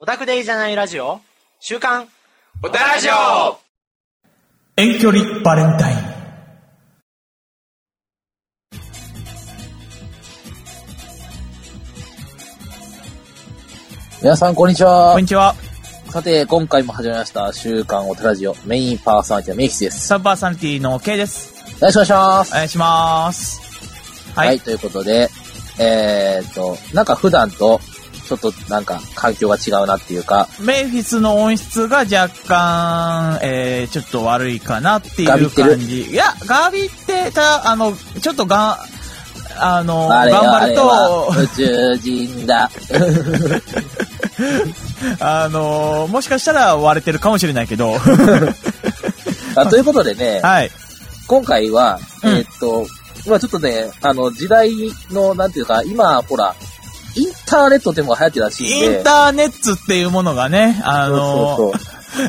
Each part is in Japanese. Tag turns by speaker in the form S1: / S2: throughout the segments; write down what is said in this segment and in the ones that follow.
S1: オタクでいいじゃないラジオ週刊
S2: おたらじょ
S3: 遠距離バレンタイン
S4: 皆さん、こんにちは
S3: こん。にちは
S4: さて、今回も始まりました、週刊オトラジオ、メインパーソナリティのメイキシです。
S3: サンパーサニティの K です
S4: よろしくお願いします。
S3: お願いしますは、
S4: はいい、ということで、えーっと、なんか普段と、ちょっとなんか環境が違うなっていうか、
S3: メイフィスの音質が若干、えー、ちょっと悪いかなってい
S4: ガビ
S3: う
S4: ってる
S3: 感じいやガビってたあのちょっとがあの
S4: あれ
S3: 頑
S4: があ
S3: 張る
S4: れは
S3: と
S4: 宇宙人 だ。
S3: あのもしかしたら割れてるかもしれない けど
S4: あということでね、
S3: はい
S4: 今回は、
S3: うん
S4: えーっと、今ちょっとね、あの、時代の、なんていうか、今、ほら、インターネットっていうのが流行ってるらしいん
S3: イ
S4: で、
S3: ンターネッツっていうものがねあの
S4: そうそ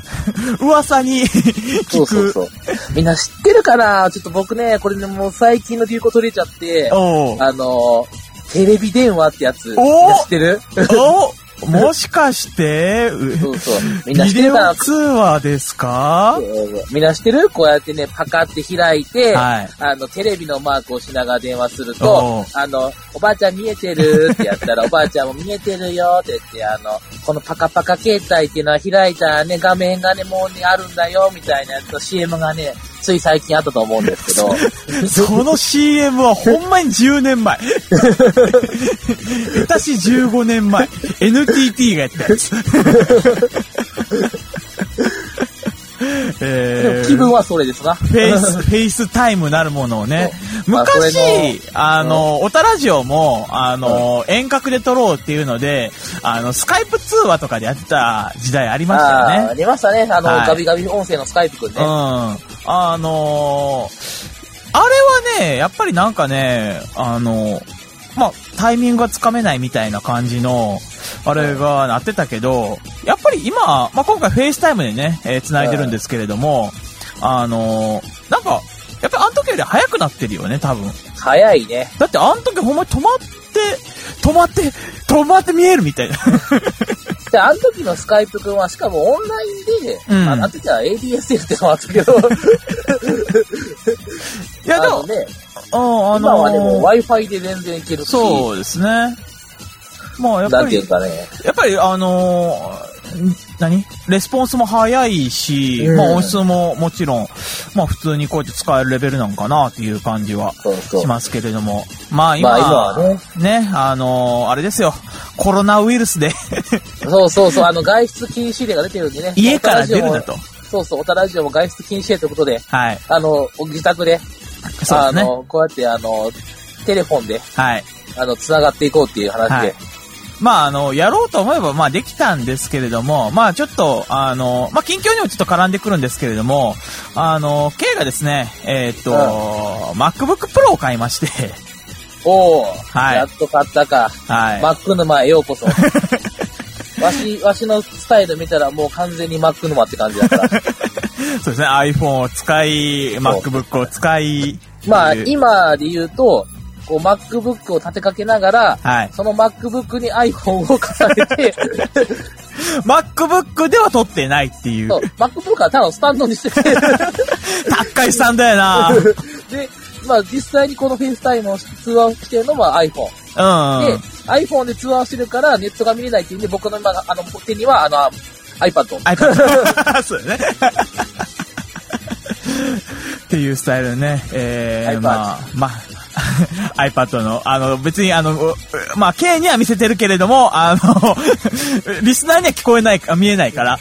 S4: うそう
S3: 噂に
S4: そ
S3: 聞
S4: うそう
S3: く
S4: そう。みんな知ってるかなちょっと僕ね、これね、もう最近の流行取れちゃって、
S3: おう
S4: あのー、テレビ電話ってやつ、みん
S3: おー
S4: な知ってる
S3: おもしかしてう
S4: そうそう。みんな知
S3: ビ
S4: って
S3: デ
S4: るか
S3: オ
S4: な
S3: 通話ですか
S4: みんな知ってるこうやってね、パカって開いて、
S3: はい。
S4: あの、テレビのマークを押しながら電話する
S3: お
S4: と、あの、おばあちゃん見えてるってやったら、おばあちゃんも見えてるよって言って、あの、このパカパカ携帯っていうのは開いたらね、画面がね、もうね、あるんだよ、みたいなやつの CM がね、つい最近あったと思うんですけど、
S3: その CM はほんまに10年前。私15年前。NTT がやったやつ。
S4: で
S3: え
S4: も気分
S3: ー
S4: はそれですな。
S3: フェイス、フェイスタイムなるものをね。
S4: そうまあそれ
S3: 昔、あの、オタラジオも、あの、遠隔で撮ろうっていうので、あの、スカイプ通話とかでやってた時代ありましたよ
S4: あ
S3: ね
S4: あ、。出ましたね。あの、
S3: はい
S4: ガビガビ音声のスカイプくんね。
S3: うん。あのーあれはね、やっぱりなんかね、あのまあ、タイミングがつかめないみたいな感じの、あれがなってたけど、やっぱり今、まあ、今回フェイスタイムでね、えー繋いでるんですけれども、あのーなんか、やっぱりあの時より早くなってるよね、多分。
S4: 早いね。
S3: だってあの時ほんまに止まって、止まって、止まって見えるみたいな。
S4: で、あの時のスカイプくんは、しかもオンラインで、
S3: うん
S4: あの時は ADSL ってのもあったけ ど、
S3: いや、で
S4: あ
S3: も、
S4: の
S3: うん、
S4: ね、
S3: あ
S4: 今
S3: の
S4: はでも
S3: ー
S4: Wi-Fi で全然いけるし、
S3: そうですね。まあ、やっ
S4: な
S3: ぱ
S4: んてい
S3: り
S4: う、かね、
S3: やっぱりあのーん何レスポンスも早いし、
S4: うん
S3: まあ音質ももちろん、まあ普通にこうやって使えるレベルなんかなっていう感じは
S4: そうそう
S3: し。ますけれども。まあ今、
S4: まあ今は
S3: ね、あのーあれですよ、コロナウイ ルスで
S4: そうそうそう、あの、外出禁止令が出てるんでね。
S3: 家から出るんだ
S4: オタラジ
S3: と。
S4: オも。そうそう、オタラジオも外出禁止令ということで、
S3: はい。
S4: あの、自宅で、
S3: そうで
S4: あ
S3: すね。
S4: の、こうやって、あの、テレフォンで、
S3: はい。
S4: あの、繋がっていこうっていう話
S3: は
S4: で、
S3: いまああの、やろうと思えばまあできたんですけれども、まあちょっと、あの、まあ近況にもちょっと絡んでくるんですけれども、あの、K がですね、えーっと、
S4: う
S3: MacBook Pro を買いまして、
S4: おお、
S3: はい
S4: やっと買ったか。
S3: はい。
S4: マック沼へようこそ。 わし、わしのスタイル見たらもう完全にマック沼って感じだ った。
S3: そうですね、iPhone を使い、MacBook を使い、
S4: まあ、
S3: えー
S4: 今で言うと、こう、MacBook を立てかけながら、
S3: はい。
S4: その MacBook に iPhone を 重ねて、
S3: MacBook では撮ってないっていう
S4: そう、。MacBook はただのスタンドにして て、
S3: 高いさんだよな。
S4: で、まあ実際にこのフェイスタイムを通話をしてるのは iPhone。
S3: う
S4: で
S3: ん。、
S4: iPhone で通話をしてるからネットが見れないっていうんで、僕の今、あの、手には、あの、iPad。
S3: iPad。そうだね。っていうスタイルね。えー、
S4: iPad
S3: まあ、 まあ、iPad の、あの、別に、あの、うまあ、K には見せてるけれども、あの、 リスナーには聞こえない、あ見えないから、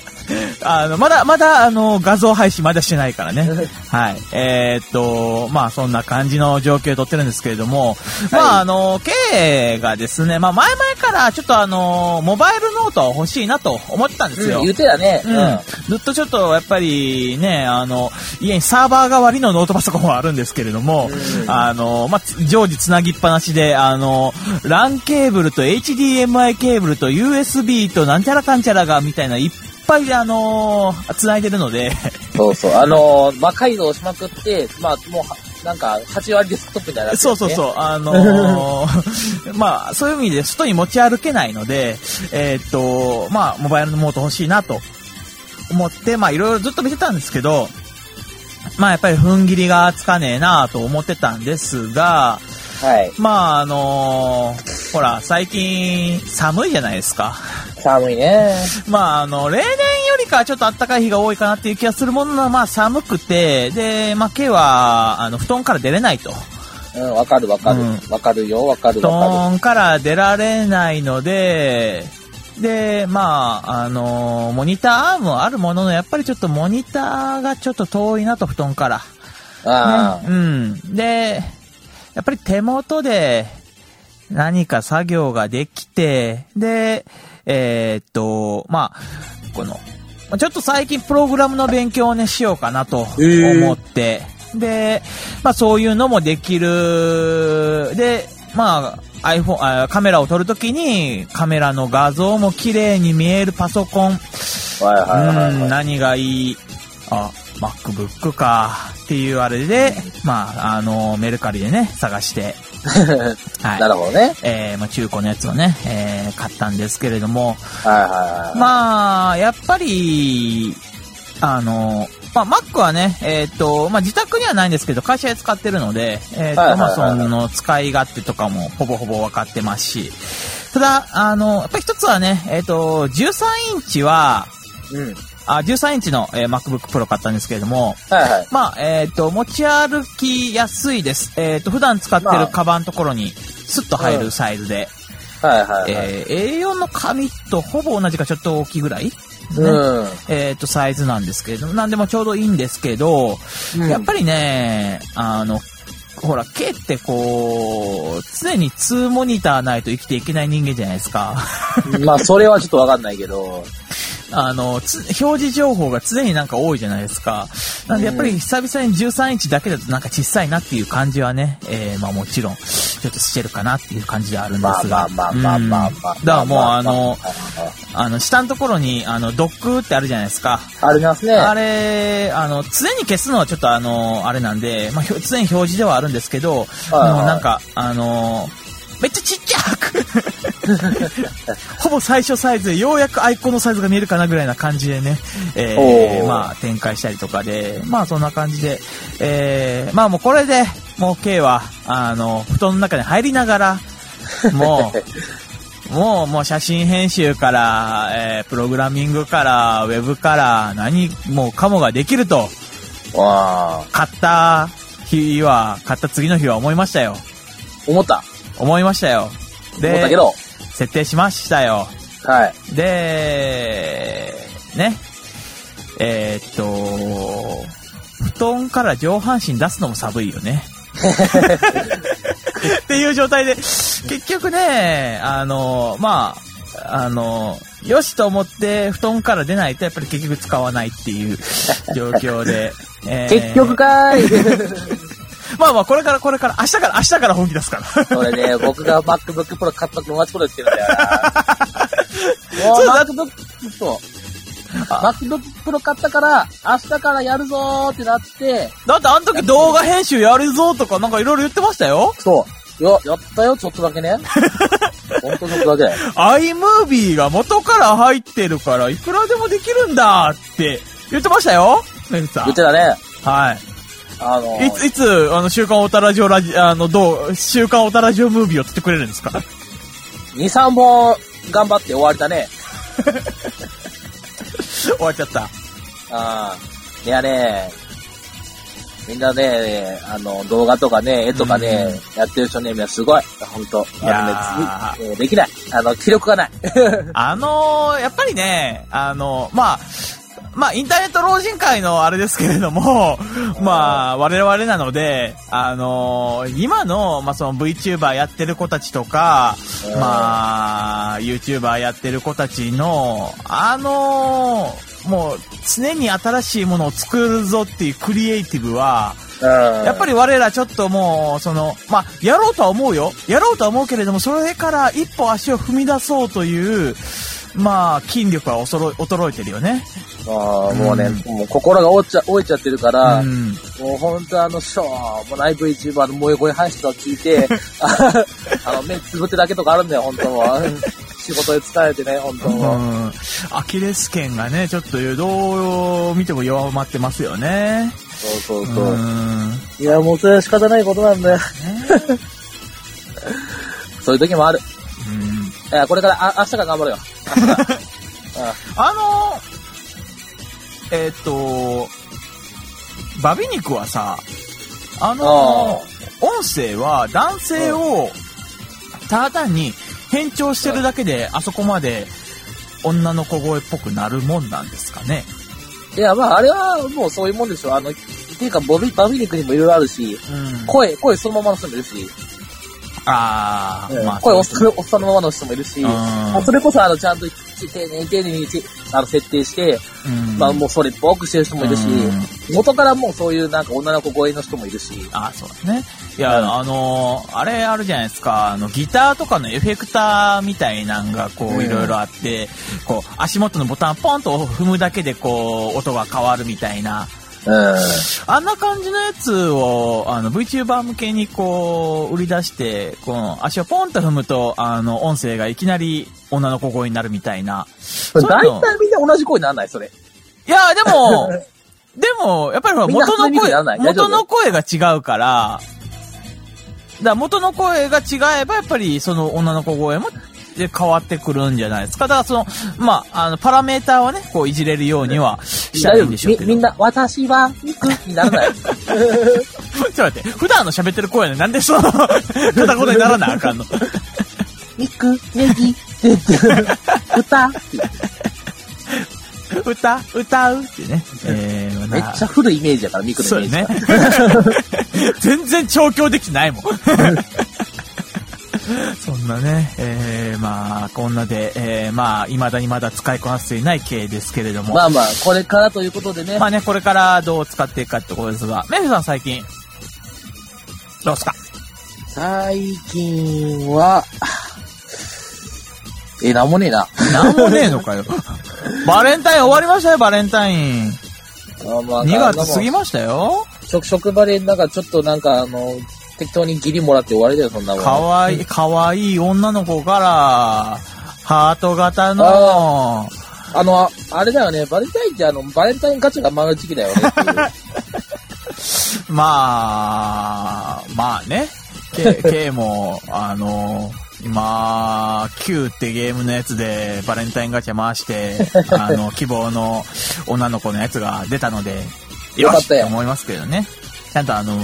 S3: あの、まだ、まだ、あの、画像配信まだしてないからね。はい。えーっと、まあ、そんな感じの状況をとってるんですけれども、まあ、あの、K がですね、まあ、前々から、ちょっとあの、モバイルノートは欲しいなと思ってたんですよ。
S4: うん、言うてやね。
S3: うん、ずっとちょっとやっぱりね、あの、家にサーバー代わりのノートパソコンはあるんですけれども、
S4: うん
S3: あの、まあ、つ常時つなぎっぱなしで、あの、LAN ケーブルと HDMI ケーブルと USB となんちゃらかんちゃらがみたいないっぱいあの、つないでるので、
S4: そうそう。あのー魔改造しまくって、まあ、もうは、なんか、8割デスクトップみたいになってるね
S3: そうそうそう、あのー まあ、そういう意味で外に持ち歩けないので、えーっと、まあ、モバイルのモート欲しいなと思って、まあ、いろいろずっと見てたんですけど、まあ、やっぱり踏ん切りがつかねえなと思ってたんですが、
S4: はい。
S3: まあ、あのーほら、最近寒いじゃないですか。
S4: 寒いね。
S3: まあ、あの、例年よりかはちょっと暖かい日が多いかなっていう気がするものの、まあ、寒くて、で、まあ、K は、あの、布団から出れないと。
S4: うん、わかるわかる。
S3: うん
S4: わ、かるよ、わかる
S3: 布
S4: わか
S3: 団から出られないので、で、まあ、あの、モニターアームはあるものの、やっぱりちょっとモニターがちょっと遠いなと、布団から。
S4: る。あ
S3: ねうん。で、やっぱり手元で何か作業ができて、で、えーっと、まあ、この、まあちょっと最近プログラムの勉強をね、しようかなと
S4: ー
S3: 思って、で、まあそういうのもできる、で、まあ iPhone、あカメラを撮るときにカメラの画像も綺麗に見えるパソコン、
S4: あ。はいはいはい、
S3: うん、
S4: はい。
S3: 何がいいあ、MacBook か。っていうあれで、まあ、あの、メルカリでね、探して、 はい。
S4: なるほどね。
S3: えーまあ、中古のやつをね、えー買ったんですけれども、
S4: はいはいはい。
S3: まあ、やっぱり、あの、まあ、Mac はね、えーっ、と、まあ、自宅にはないんですけど、会社で使ってるので、えーっ、と、
S4: はいはいはい
S3: まあ、その、使い勝手とかもほぼほぼ分かってますし、ただ、あの、やっぱり一つはね、えーっ、と、13インチは、
S4: うん。
S3: あ、13インチの、えー MacBook Pro 買ったんですけれども、
S4: はいはい。
S3: まあ、えっ、と、持ち歩きやすいです。えっ、と、普段使って
S4: まあ
S3: るカバンのところに、スッと入るサイズで、
S4: はいはいはい。
S3: えー A4 の紙とほぼ同じかちょっと大きいぐらい、ね
S4: うん。
S3: えっ、と、サイズなんですけれども、なんでもちょうどいいんですけど、
S4: うん
S3: やっぱりね、あの、ほら、K ってこう、常に2モニターないと生きていけない人間じゃないですか。
S4: まあ、それはちょっとわかんないけど。
S3: あの、つ表示情報が常になんか多いじゃないですか。なんでやっぱり久々に13インチだけだとなんか小さいなっていう感じはね、えー、まあもちろん、ちょっとしてるかなっていう感じではあるんで
S4: まあ
S3: す
S4: ま
S3: が。
S4: あまあまあまあまあ。
S3: うんだからもうあの、
S4: あ
S3: あの、下のところに、あの、ドックってあるじゃないですか。
S4: ありますね。
S3: あれ、あの、常に消すのはちょっとあの、あれなんで、まあ、ひょ常に表示ではあるんですけど、もう
S4: はい
S3: なんか、あの、めっちゃちっちゃく ほぼ最初サイズで、ようやくアイコンのサイズが見えるかなぐらいな感じでね、え
S4: お
S3: ー、
S4: ー
S3: まあ、展開したりとかで、まあ、そんな感じで、えー、まあ、もうこれで、もう K は、あの、布団の中に入りながら、も う、もう、もう写真編集から、えー、プログラミングから、ウェブから、何、もうかもができると、
S4: わあ。
S3: 買った日は、買った次の日は思いましたよ。
S4: 思った。
S3: 思いましたよ。で、
S4: 思ったけど。
S3: 設定しましたよ。
S4: はい。
S3: で、ね。えーっと、布団から上半身出すのも寒い よね。っていう状態で、結局ね、あの、まあ、あの、よしと思って布団から出ないとやっぱり結局使わないっていう状 況で。えー
S4: 結局かーい。
S3: まあまあ、これからこれから、明日から明日から本気出すから。
S4: それ ね、僕が MacBook Pro 買ったと同じこと言ってるんだよな。も
S3: そううだ
S4: MacBook、そう。
S3: あ
S4: MacBook Pro 買ったから、明日からやるぞーってなって、
S3: だってあの時動画編集やるぞとかなんかいろいろ言ってましたよ。
S4: そう。よ、やったよ、ちょっとだけ ね。ほんとちょっとだけ。
S3: iMovie が元から入ってるから、いくらでもできるんだって言ってましたよ。めぐさ
S4: 言っ
S3: ん
S4: て。たね。
S3: は
S4: あの
S3: い。いつ、いつ、あの、週刊オタラジオラジ、あの、どう、週刊オタラジオムービーを撮ってくれるんですか
S4: 2、3本頑張って終われたね。
S3: 終わっちゃった。
S4: ああ。いやね、みんなね、あの、動画とかね、絵とかね、やってる人ね、みんなすごい。ほんと。あのね、ついえーできない。あの、気力がない。
S3: あのーやっぱりね、あのまあ、まあ、インターネット老人会のあれですけれど も、まあ、我々なので、あのー今の、まあ、その VTuber やってる子たちとか、
S4: うん
S3: まあ、YouTuber やってる子たちの、あのーもう、常に新しいものを作るぞっていうクリエイティブは、や
S4: や
S3: っぱり我らちょっともう、その、まあ、やろうとは思うよ。やろうとは思うけれども、それから一歩足を踏み出そうという、まあ、筋力は衰え衰えてるよね。
S4: ああ、もうね、
S3: う
S4: もう心が折っちゃ折れちゃってるから、
S3: うん。
S4: もう本当あの、しょうもない VTuber の萌え声配信を聞い て、あの、目つぶってだけとかあるんだよ、本当は。仕事で疲れてね、本当は。
S3: うん。アキレス腱がね、ちょっとどう見ても弱まってますよね。
S4: そうそう
S3: う
S4: そう。
S3: ん。
S4: いや、もうそれは仕方ないことなんだよ。 そういう時もある。
S3: うん
S4: いや、これから、あ、明日から頑張るよ。
S3: あのー、えーっ、と、バビ肉はさ、あのー
S4: あ
S3: 音声は男性をただ単に変調してるだけで、あそこまで女の子声っぽくなるもんなんですかね。
S4: いや、まあ、あれはもうそういうもんでしょ。あの、っていうか、ボビ、バビ肉にもいろいろあるし、
S3: うん
S4: 声、声そのままの人もいるし、
S3: あー、まあ、
S4: 声おっ
S3: そ
S4: さ
S3: う
S4: んおっさんのままの人もいるし、もうそれこそ、あの、ちゃんと、ち丁寧に丁寧にち、あの、設定して、
S3: うん
S4: まあ、もうそれっぽくしてる人もいるし、
S3: う
S4: 元からもうそういうなんか女の子声の人もいるし、
S3: あ、そうですね。いや、あのーあれあるじゃないですか、あの、ギターとかのエフェクターみたいなんが、こ
S4: うん
S3: う、いろいろあって、こう、足元のボタンポンと踏むだけで、こう、音が変わるみたいな。
S4: うん。
S3: あんな感じのやつを、あの、VTuber 向けに、こう、売り出して、この、足をポンと踏むと、あの、音声がいきなり女の子声になるみたいな。そういうの
S4: 大体みんな同じ声にならない、それ。
S3: いや、でも、でも、やっぱりほら
S4: みんな
S3: 元の
S4: 初耳
S3: 声
S4: じゃない、大丈夫
S3: 元の声が違うから、だから元の声が違えば、やっぱりその女の子声もで変わってくるんじゃないですか。だからその、まあ、あの、パラメーターはね、こういじれるようにはしたらいいんでしょうけ
S4: み
S3: ど。
S4: みんな、私は、肉にならない。
S3: ちょっと待って、普段の喋ってる声はね、なんでその、片言にならなあかんの。
S4: 肉、ネギ、歌って。
S3: 歌、歌うってね。えー、
S4: めっちゃ古いイメージだから、肉
S3: そ
S4: の
S3: う
S4: イ
S3: よ
S4: メー
S3: ね
S4: ジ。。
S3: 全然調教できてないもん。 そんなね、えー、まあ、こんなで、えー、まあ、未だにまだ使いこなせていない系ですけれども。ま
S4: ま
S3: あ、
S4: あまあ、これからということでね。
S3: ね、これからどう使っていくかってことですが、メフさん最近、どう ですか
S4: 最近は、え、なんもねえな。
S3: なんもねえのかよ。 バレンタイン終わりましたよ、バレンタイン。
S4: あまあ
S3: 2月過ぎ
S4: ま
S3: ましたよ。
S4: 職職場で、なんかちょっとなんか、あの、適当にギリもらって終わりだよ、そんなもん。
S3: かわいい、かわいい女の子から、ハート型の
S4: あ、あの、ああれだよね、バレンタインってあの、バレンタインガチャが回る時期だよねっていう。
S3: まあ、まあね。K, K も、あの、今、Q ってゲームのやつでバレンタインガチャ 回して、あの、希望の女の子のやつが出たので、
S4: よかったよ
S3: と思いますけどね。ちゃんとあの、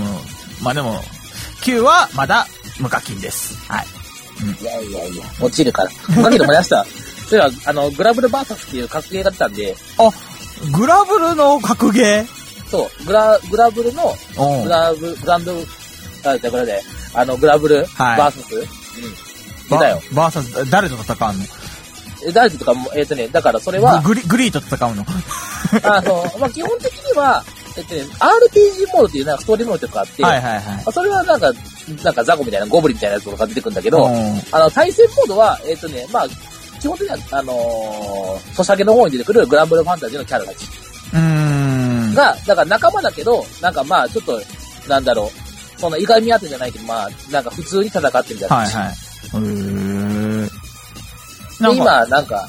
S3: まあでも、Q はまだ無課金です。はい。
S4: いやいやいや、落ちるから。だけど燃やした。 それは、あの、グラブルバーサスっていう格ゲーが出たんで、
S3: あ、グラブルの格ゲ
S4: そう、グラ、グラブルの、
S3: ーう
S4: グ
S3: ん。
S4: ラブ、グランド、あ、じゃあこれで、あの、グラブル、
S3: はい
S4: バーサス、うん。出たよ。
S3: ババーサス、誰と戦うの
S4: え誰とかも、えっ、とね、だからそれ は、
S3: グリ、グリーと戦うの
S4: あの、まあ、基本的には、えっとね、RPG モードっていうなんかストーリーモードとかあって、
S3: はいはいはい。
S4: まあそれはなんか、なんかザコみたいな、ゴブリンみたいなやつとか出てくるんだけど、
S3: うん
S4: あの、対戦モードは、えっ、とね、まあ、基本的には、あのー、ソシャゲの方に出てくるグランブルファンタジーのキャラたち
S3: うーん。
S4: が、だから仲間だけど、なんかまあ、ちょっと、なんだろう、そんないがみ合ってじゃないけど、まあ、なんか普通に戦ってみたいな。
S3: はいはい。
S4: で、
S3: へーなんか
S4: 今、なんか、ん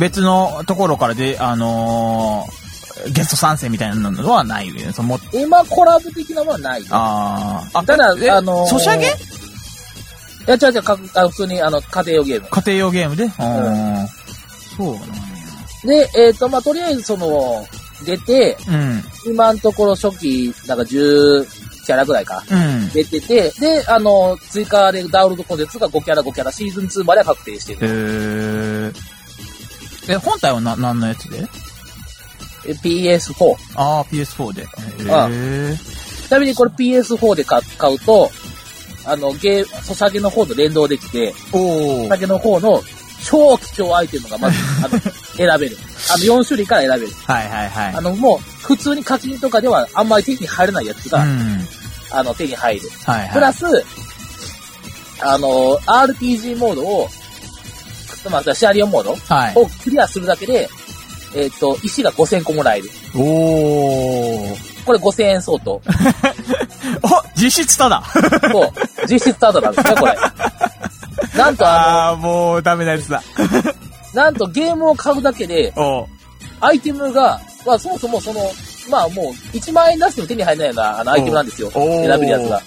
S3: 別のところからで、あのーゲスト参戦みたいなのはないよね。そのも
S4: 今、コラボ的なものはない。
S3: あーあ。
S4: ただ
S3: え
S4: あのー
S3: ソシャゲ
S4: いや、違う違うかあ、普通に、あの、家庭用ゲーム。
S3: 家庭用ゲームで。うん。そう
S4: で、えっ、と、まあ、とりあえず、その、出て、
S3: なんや
S4: 今のところ初期、なんか10キャラぐらいか。
S3: うん。うん。
S4: 出てて、で、あの、追加でダウンロードコンテンツが5キャラ5キャラ、シーズン2までは確定して
S3: え
S4: る。
S3: ー、え、本体はな、何のやつで
S4: え PS4。
S3: ああ、PS4 で。
S4: あ
S3: えー、
S4: ちなみにこれ PS4 で買買うと、あの、ゲー、ソシャゲの方と連動できて、ソ
S3: お
S4: シ
S3: ー
S4: ャゲの方の超貴重アイテムがまず、あ の、選べる。あの、4種類から選べる。
S3: はいはいはい
S4: あ。の、もう、普通に課金とかではあんまり手に入らないやつ
S3: うん。
S4: が、あの、手に入る。
S3: はい
S4: プラ
S3: は
S4: ス、あの、RPG モードを、まあ、シナリオモード
S3: い。はい。
S4: をクリアするだけで、えっ、と、石が5000個もらえる。
S3: おー。
S4: これ5000円相当。
S3: お実質ただ
S4: そう。 実質タダなんですね、これ。なんとあ
S3: あー、もうダメなやつだ。
S4: の、なんとゲームを買うだけで、
S3: おう
S4: アイテムが、まあそもそもその、まあもう1万円出しても手に入らないようなあのアイテムなんですよ。
S3: おー
S4: 選べるやつが。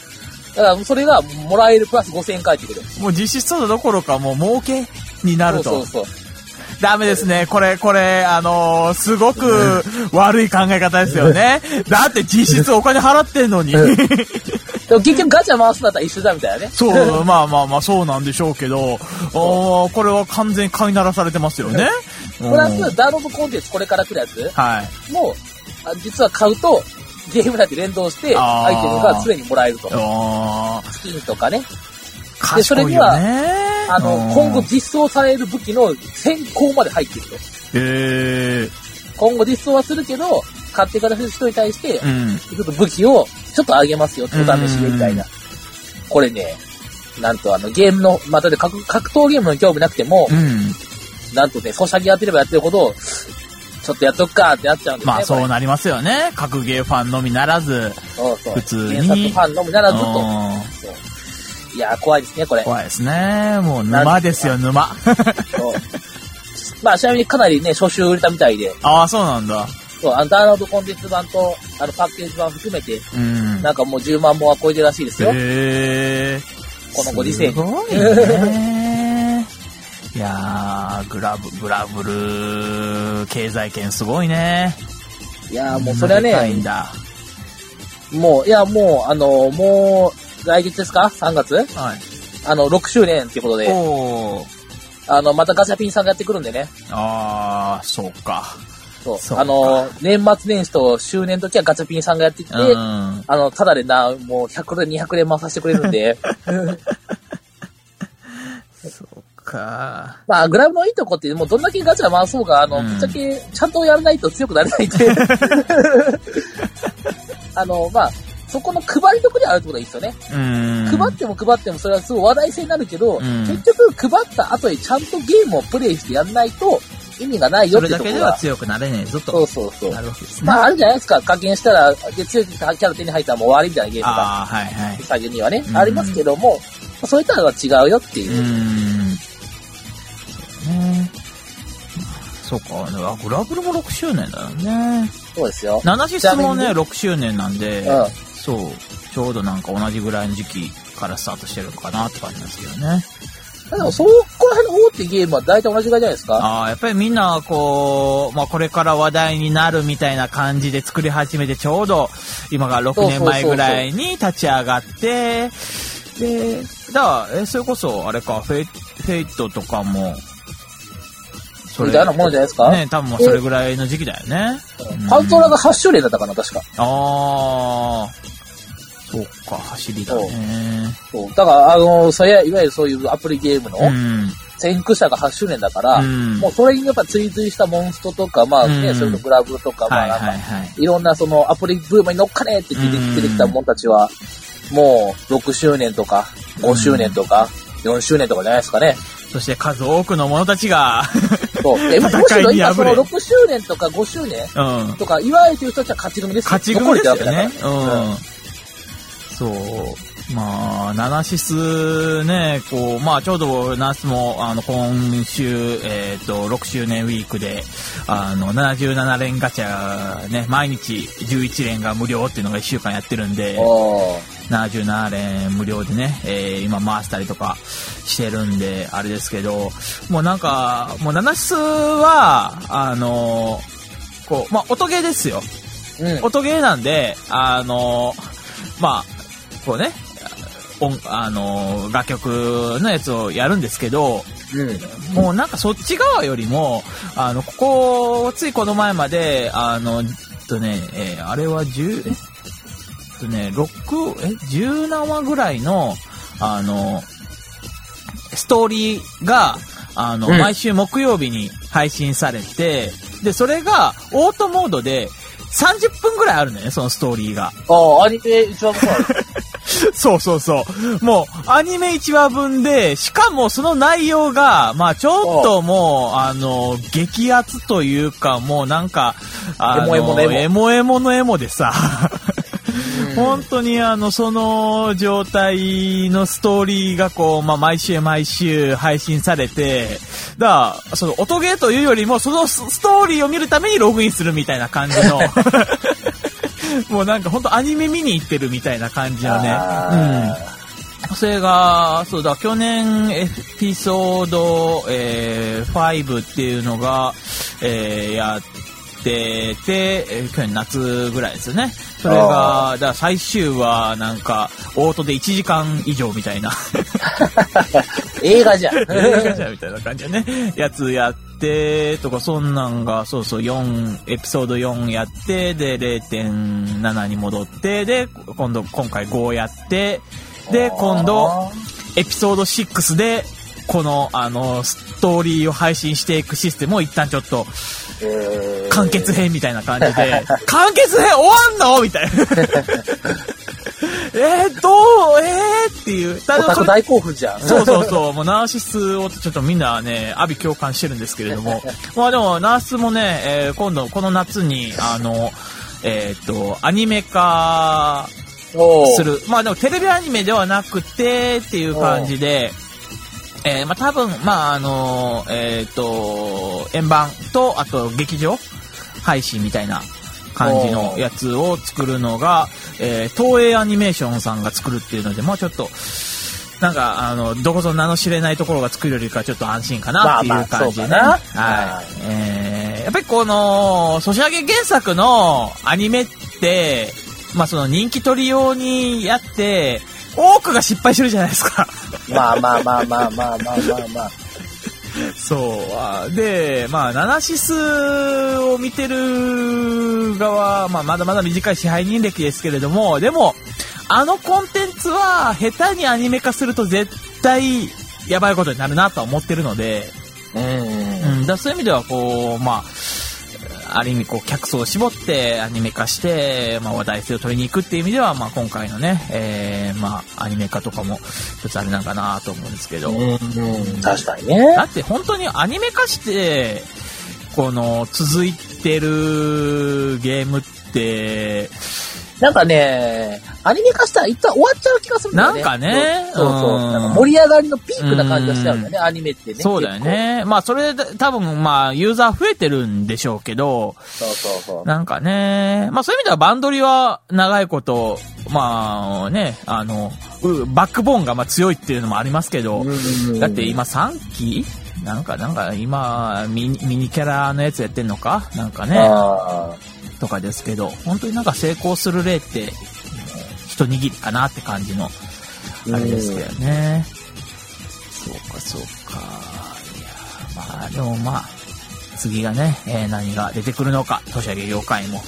S4: だからそれがもらえるプラス5000円返ってくる。
S3: もう実質ただどころか、もう儲けになると。
S4: そうそうそう。
S3: ダメですね。これ、これ、あのーすごく悪い考え方ですよね。だって実質お金払ってんのに。
S4: でも結局ガチャ回すんだったら一緒だみたいなね。
S3: そう、まあまあまあ、そうなんでしょうけど、おーこれは完全に飼いならされてますよね。
S4: プラ
S3: うん
S4: ス、ダウンロードコンテンツこれから来るやつ
S3: はい。
S4: も、あ実は買うと、ゲーム内で連動して、
S3: あー
S4: アイテムが常にもらえると。
S3: あー
S4: スキンとかね。でそ
S3: 賢
S4: れ
S3: い
S4: に
S3: よ
S4: は
S3: ね。
S4: あの
S3: うん、
S4: 今後、実装される武器の先行まで入ってると。
S3: え
S4: 今後実装はするけど、買ってからする人に対して
S3: ー、、うん。
S4: ちょっと武器をちょっと上げますよってお試しでみたいな
S3: う。
S4: これね、なんとあの、ゲームの、またで格格闘ゲームの興味なくても
S3: う、ん。
S4: なんとね、ソシャゲやってればやってるほど、ちょっとやっとくかってなっちゃうんですね。
S3: まあそう
S4: こ
S3: なりますよね。格ゲーファンのみならず。
S4: れそうそう。
S3: 普通に
S4: 原作ファンのみならずと。
S3: うん
S4: そういやー、怖いですね、これ。
S3: 怖いですね。もう沼ですよ、沼。
S4: そうまあ、ちなみにかなりね、初週売れたみたいで、
S3: ああ、そうなんだ。
S4: そう、あの、ダウンロードコンテンツ版と、あの、パッケージ版含めて、
S3: うん。
S4: なんかもう10万本は超えてるらしいですよ。
S3: へえ
S4: このご時世に
S3: すごいね。いやー、グラブ、グラブル経済圏すごいね。
S4: いやーもうそれは
S3: でかい
S4: ね
S3: ん、だ。
S4: もう、いや、もう、あの、もう、来月ですか ?3 月
S3: はい。
S4: あの、6周年っていうことで、
S3: おー。
S4: あの、またガチャピンさんがやってくるんでね。
S3: あー、そうか。
S4: そう。
S3: そうか
S4: あの、年末年始と周年の時はガチャピンさんがやってきて、
S3: うん。
S4: あの、ただでな、もう100連、200連回させてくれるんで、
S3: そうか。
S4: まあ、グラブのいいとこって、もうどんだけガチャ回そうが、あの、
S3: うん
S4: ぶっちゃけ、ちゃんとやらないと強くなれないん で。あの、まあ、そこの配りとこであるってことがいいですよね。
S3: うん。
S4: 配っても配っても、それはすごい話題性になるけど、
S3: ん
S4: 結局配った後にちゃんとゲームをプレイしてやんないと意味がないよ
S3: そ
S4: っ
S3: れ
S4: て
S3: だ
S4: とこ
S3: け
S4: ろ
S3: では
S4: が。
S3: 強くなれねえぞと。
S4: そうそうそう。
S3: なるわけですね。
S4: まあ、あるじゃないですか。課金したら、で強いキャラ手に入ったらもう終わりみたいなゲームが、
S3: あー、はいはい。
S4: 最初にはね、
S3: うん
S4: ありますけども、それとは違うよっていうう。
S3: ーん。そうね。そうか、あグラブルも6周年だよね。
S4: そうですよ。
S3: ナナシスも
S4: ち
S3: ね、
S4: なみにね
S3: 6周年なん
S4: う
S3: で、
S4: ん。
S3: そう、ちょうどなんか同じぐらいの時期からスタートしてるのかなって感じなんですけどね。
S4: でも、そこら辺の大手ゲームは大体同じぐらいじゃないですか。
S3: ああ、やっぱりみんなこう、まあこれから話題になるみたいな感じで作り始めて、ちょうど今が6年前ぐらいに立ち上がって、で、だから、え、それこそあれか、フェイフェイトとかも、そ
S4: みたいなもんじゃないですか。
S3: ね、多分もうそれぐらいの時期だよね。うん
S4: パントラが8周年だったかな、確か。
S3: ああ、そうか、走りだね。
S4: そう。だから、あの、そや、いわゆるそういうアプリゲームの
S3: うん。
S4: 先駆者が8周年だから、
S3: うん
S4: もうそれにやっぱ追随したモンストとか、まあね、
S3: うん
S4: それとグラブルとか、ま
S3: は
S4: あ
S3: い
S4: なんか、
S3: はいはい。
S4: いろんなそのアプリブームに乗っかねって出て
S3: うん
S4: 出てきた者たちは、もう6周年とか、5周年とか、4周年とかじゃないですかね。
S3: そして数多くの者たちが、
S4: そう。で、む
S3: 戦いに
S4: しろ今その
S3: 敗れ
S4: 6周年とか5周年
S3: うん。
S4: とか、いわゆるという人たちは勝ち組ですよ
S3: 勝ち組ですよ
S4: 残れたわ
S3: ね
S4: け。だ
S3: う
S4: から
S3: ん。そう。まあ、ナナシスね、こう、まあ、ちょうどナナシスも、あの、今週、えっ、と、6周年ウィークで、あの、77連ガチャ、ね、毎日11連が無料っていうのが1週間やってるんで、
S4: おー
S3: 77連無料でね、えー今回したりとかしてるんで、あれですけど、もうなんか、もうナナシスは、あの、こう、まあ、音ゲーですよ。
S4: うん。
S3: 音ゲーなんで、あの、まあ、こうね、音、あの、楽曲のやつをやるんですけど、
S4: うん。
S3: もうなんかそっち側よりも、あの、ここ、ついこの前まで、あの、えっとね、えーあれは10、えっとね、6、え、17話ぐらいの、あの、ストーリーが、あの、
S4: うん
S3: 毎週木曜日に配信されて、で、それが、オートモードで、30分ぐらいあるんだよね、そのストーリーが。
S4: ああ、アニメ一番そう
S3: そうそうそう。もう、アニメ1話分で、しかもその内容が、まあちょっともう、あの、激アツというか、もうなんか、あの、
S4: エモエモのエモ
S3: エモエモのエモでさ、本当にあの、その状態のストーリーがこう、まあ、毎週毎週配信されて、だから、その、音ゲーというよりも、そのスストーリーを見るためにログインするみたいな感じ の、もうなんか本当アニメ見に行ってるみたいな感じのね。うん。それが、そうだ、去年エピソード、えー、5っていうのが、えー、やってて、えー去年夏ぐらいですよね。それが、だから最終はなんか、オートで1時間以上みたいな。
S4: 映画じゃん。
S3: 映画じ ゃんみたいな感じのね、やつやって、とか、そんなんが、そうそう、4、エピソード4やって、で、0.7に戻って、で、今度、今回5やって、で、今度、エピソード6で、この、あの、ストーリーを配信していくシステムを一旦ちょっと、
S4: えー
S3: 完結編みたいな感じで、 完結編終わんのみたいな。 えー、どうえー、っていう。た
S4: オタク
S3: それ
S4: 大興奮じゃん。
S3: そうそうそう。もうナーシスをちょっとみんなね、阿鼻共感してるんですけれども。まあでも、ナーシスもね、えー今度、この夏に、あの、えーっと、アニメ化
S4: おー
S3: する。まあでも、テレビアニメではなくて、っていう感じで、えーまあ多分、まああの、えーっと、円盤と、あと、劇場配信みたいな感じのやつを作るのが、えー東映アニメーションさんが作るっていうので、まあちょっと、なんか、あの、どこぞ名の知れないところが作るよりかはちょっと安心かなっていう感じでね。
S4: まあまあそうかな
S3: はい。えー、やっぱりこの、ソシャゲ原作のアニメって、まあその人気取り用にやって、多くが失敗してるじゃないですか。
S4: まあまあまあまあまあまあまあまあ。
S3: そうあ。で、まあ、ナナシスを見てる側、まあ、まだまだ短い支配人歴ですけれども、でも、あのコンテンツは、下手にアニメ化すると絶対、やばいことになるなとは思ってるので、
S4: うん
S3: うん、だからそういう意味では、こう、まあ、ある意味、こう、客層を絞ってアニメ化して、まあ、話題性を取りに行くっていう意味では、まあ、今回のね、えー、まあ、アニメ化とかも、一つあれなんかなと思うんですけど、
S4: うん確かにね
S3: だ。って本当にアニメ化して、この続いてるゲームって、
S4: なんかね、アニメ化したら一旦終わっちゃう気がするんだよね。
S3: なんかね
S4: そうそうそう
S3: うん
S4: なんか盛り上がりのピークな感じがしちゃうんだよね、アニメってね。
S3: そうだよね。まあそれで多分まあユーザー増えてるんでしょうけど、
S4: 結構。そうそうそう。
S3: なんかね、まあそういう意味ではバンドリは長いこと、まあね、あの、うバックボーンがまあ強いっていうのもありますけど、だって今3期なんか、なんか、今、ミニ、ミニキャラのやつやってんのかなんかね。
S4: あー
S3: とかですけど、本当になんか成功する例って、もう一握りかなって感じの、あれですけどね。そうか、そうか。いやー、まあ、でもまあ、次がね、えー何が出てくるのか、年明け業界も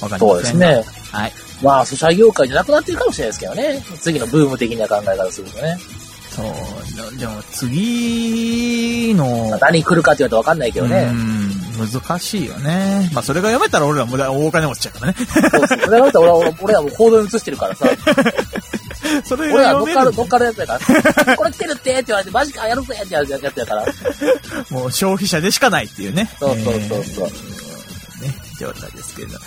S3: わかりませんが
S4: そうです。ね。
S3: はい。
S4: まあ、ソシャゲ業界じゃなくなってるかもしれないですけどね。次のブーム的な考え方するとね。
S3: そう、でも次の、
S4: まあ何来るかって言われとわかんないけど
S3: う
S4: ね。
S3: ん難しいよね。まあ、それが読めたら俺ら無駄、大金持ちやからね。
S4: そうそう。それだったら俺は、俺はもう行動に移してるからさ。
S3: それ
S4: 俺
S3: が
S4: は乗っ
S3: 読め
S4: かる、
S3: る
S4: 乗っかるやつやから。これ来てるってって言われて、マジか、やるぜってやるやつやから。
S3: もう消費者でしかないっていうね。
S4: そうそうそうそう。
S3: ね、状態ですけれど。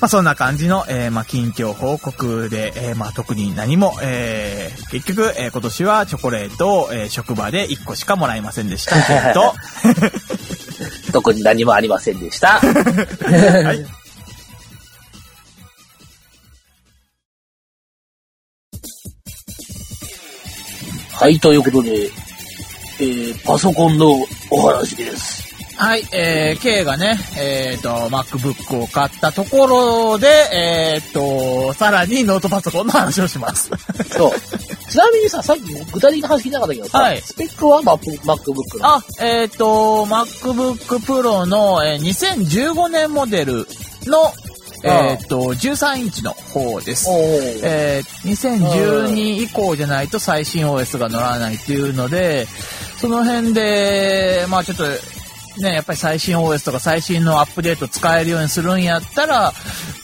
S3: まあそんな感じの、えーまあ近況報告で、えーまあ特に何も、えー結局、えー今年はチョコレートを、えー職場で1個しかもらえませんでしたけれど、
S4: 特に何もありませんでした。
S3: はい。
S4: はい、ということで、えー、パソコンのお話です。
S3: はい、えー、K がね、えっ、と、MacBook を買ったところで、えっ、と、さらにノートパソコンの話をします。
S4: そう。ちなみにさ、さっき具体的な話聞いてなかったけどさ、
S3: はい
S4: スペックは Mac- MacBook の。
S3: あ、えっ、と、MacBook Pro の、えー2015年モデルの、えっ、と、13インチの方です。
S4: おー
S3: えー2012以降じゃないと最新 OS が乗らないっていうので、その辺で、まあちょっと、ね、やっぱり最新 OS とか最新のアップデート使えるようにするんやったら、